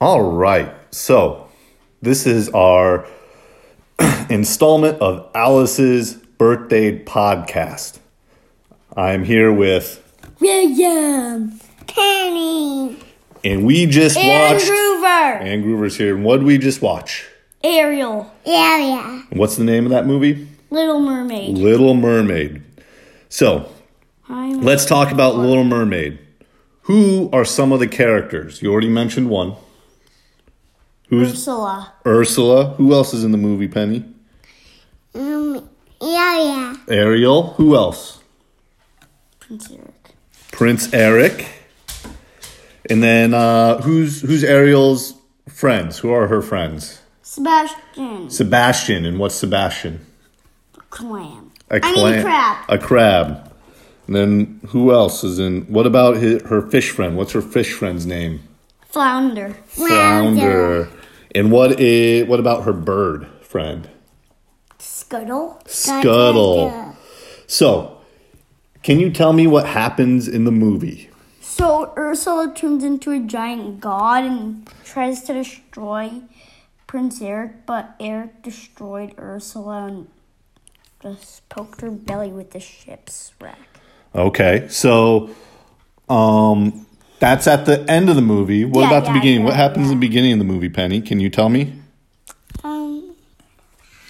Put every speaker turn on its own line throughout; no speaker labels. All right. So, this is our installment of Alice's birthday podcast. I'm here with,
William. Penny.
and we just
And
watched.
Groover.
And Groover's here. And what did we just watch?
Ariel. Yeah, yeah.
And What's the name of that movie?
Little Mermaid.
Little Mermaid. So,
I'm
let's talk about Little Mermaid. Who are some of the characters? You already mentioned one. Who's
Ursula.
Ursula? Who else is in the movie, Penny?
Um, yeah, yeah.
Ariel? Who else?
Prince Eric.
Prince Eric. And then uh, who's who's Ariel's friends? Who are her friends?
Sebastian.
Sebastian, and what's Sebastian?
Clam.
A
I mean
clam-
crab.
A crab. And then who else is in? What about hi her fish friend? What's her fish friend's name?
Flounder.
Flounder. And what is? What about her bird friend?
Scuttle.
Scuttle. So, can you tell me what happens in the movie?
So Ursula turns into a giant god and tries to destroy Prince Eric, but Eric destroyed Ursula and just poked her belly with the ship's rack.
Okay, so um, that's at the end of the movie. What
Yeah,
about the
yeah,
beginning?
yeah,
what happens in the beginning of the movie, Penny? Can you tell me?
Um,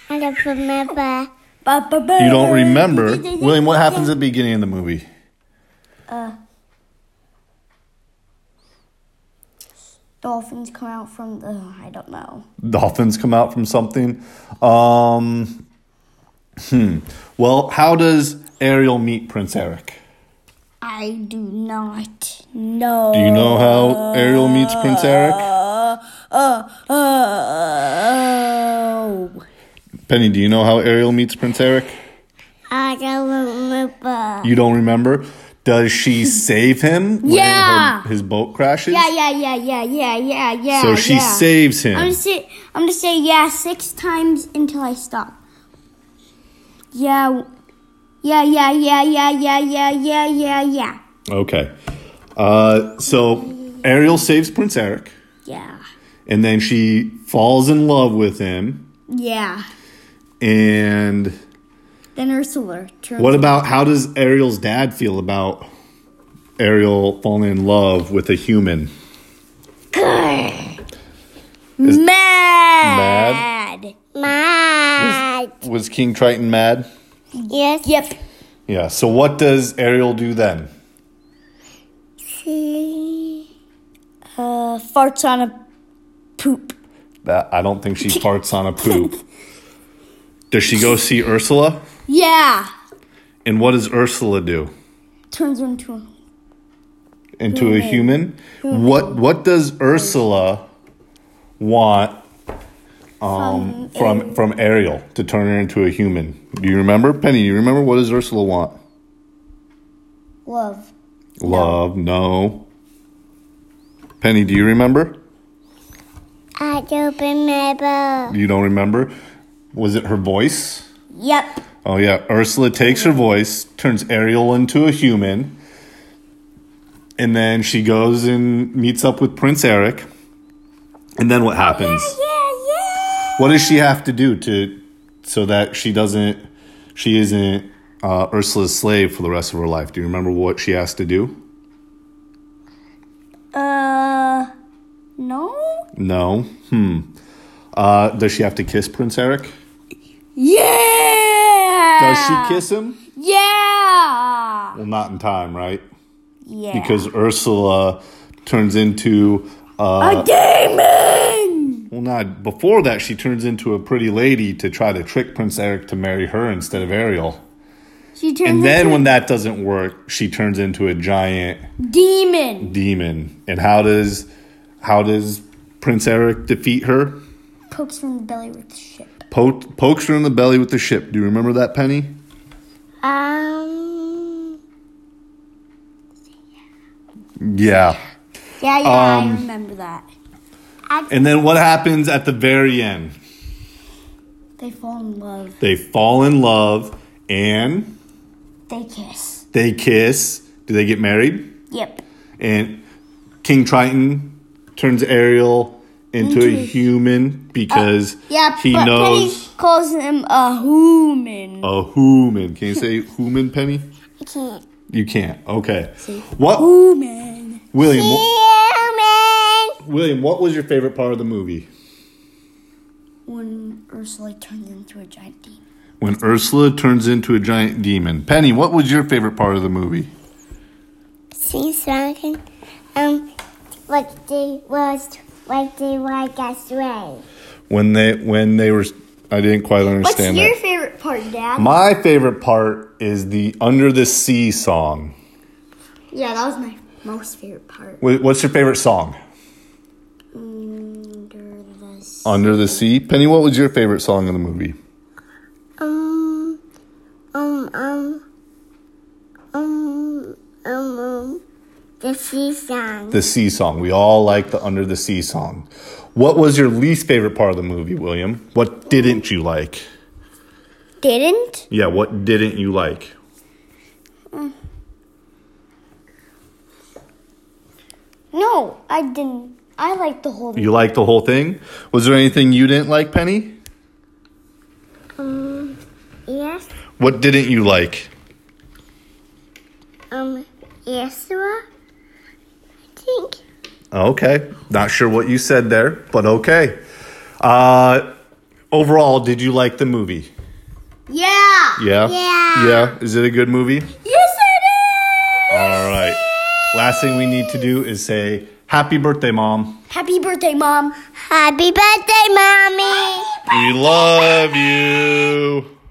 I don't remember. Ba, ba, ba.
You don't remember, William. What happens at the beginning of the movie?
Dolphins come out from the. I don't know.
Dolphins come out from something. Um, hmm. Well, how does Ariel meet Prince Eric?
I do not know. Uh,
Do you know how Ariel meets Prince Eric?
Oh.
Penny, do you know how Ariel meets Prince Eric?
I don't remember.
You don't remember? Does she save him when her-
Yeah.
his boat crashes?
Yeah, yeah, yeah, yeah, yeah, yeah, yeah.
so she
yeah.
saves him.
I'm gonna say I'm gonna say yeah six times until I stop. Yeah, yeah, yeah, yeah, yeah, yeah, yeah, yeah, yeah, yeah,
Okay. Uh, so Ariel saves Prince Eric,
yeah,
and then she falls in love with him.
yeah.
And
Then Ursula turns.
what about how does Ariel's dad feel about Ariel falling in love with a human?
Mad. Mad.
Was King Triton mad?
Yes. Yep.
Yeah. So what does Ariel do then?
Uh, farts on a poop.
That I don't think she farts on a poop. Does she go see Ursula?
Yeah.
And what does Ursula do?
Turns her into a
into a human. What what does Ursula want um, from from Ariel to turn her into a human? Do you remember, Penny? You remember what does Ursula want?
love.
Love? No. Penny, do you remember?
I don't remember.
You don't remember? Was it her voice?
Yep.
Oh yeah, Ursula takes her voice, turns Ariel into a human, and then she goes and meets up with Prince Eric. And then what happens?
Yeah. Yeah.
What does she have to do to so that she doesn't she isn't uh, Ursula's slave for the rest of her life? Do you remember what she has to do?
Uh, no.
No. Hmm. Uh, does she have to kiss Prince Eric?
Yeah.
Does she kiss him?
Yeah.
Well, not in time, right?
Yeah.
Because Ursula turns into uh,
a demon.
well, not before that she turns into a pretty lady to try to trick Prince Eric to marry her instead of Ariel.
She turns
And
into
then when that doesn't work, she turns into a giant
a demon.
demon and how does how does prince eric defeat her
Pokes from the belly with the ship.
po- pokes her in the belly with the ship do you remember that penny
Um.
yeah Um,
Yeah, yeah, I remember that.
and then what happens at the very end
They fall in love.
they fall in love and
They kiss.
they kiss do they get married
Yep.
and king triton turns ariel into a human because
Uh, Yeah,
he
but
knows Oh.
Penny calls him a human.
a human. Can you say human, Penny?
I can't.
You can't. Okay. What,
Human.
William? wh-
Human.
William, what was your favorite part of the movie?
When Ursula turns into a giant demon.
When Ursula turns into a giant demon. Penny, what was your favorite part of the movie?
See something? Um, like they was like they were got away.
When they when they were I didn't quite
What's
understand
your
that.
favorite part, Dad?
My favorite part is the Under the Sea song.
yeah, that was my most favorite part.
Wh- What's your favorite song?
Under the sea.
Under the Sea. Penny, what was your favorite song in the movie?
Um, um, um, um, um, um the sea song.
The Sea song. We all like the Under the Sea song. What was your least favorite part of the movie, William? What didn't you like?
Didn't?
Yeah, what didn't you like?
No, I didn't. I liked the whole
You liked the whole thing? Was there anything you didn't like, Penny?
Yes,
What didn't you like?
um, yes, I think.
Okay. Not sure what you said there, but okay. Uh, overall, did you like the movie?
Yeah!
Yeah.
Yeah.
Yeah. Is it a good movie?
Yes, it is!
All right. Last thing we need to do is say, Happy birthday, Mom.
Happy birthday, Mom!
Happy birthday, mommy.
We love you.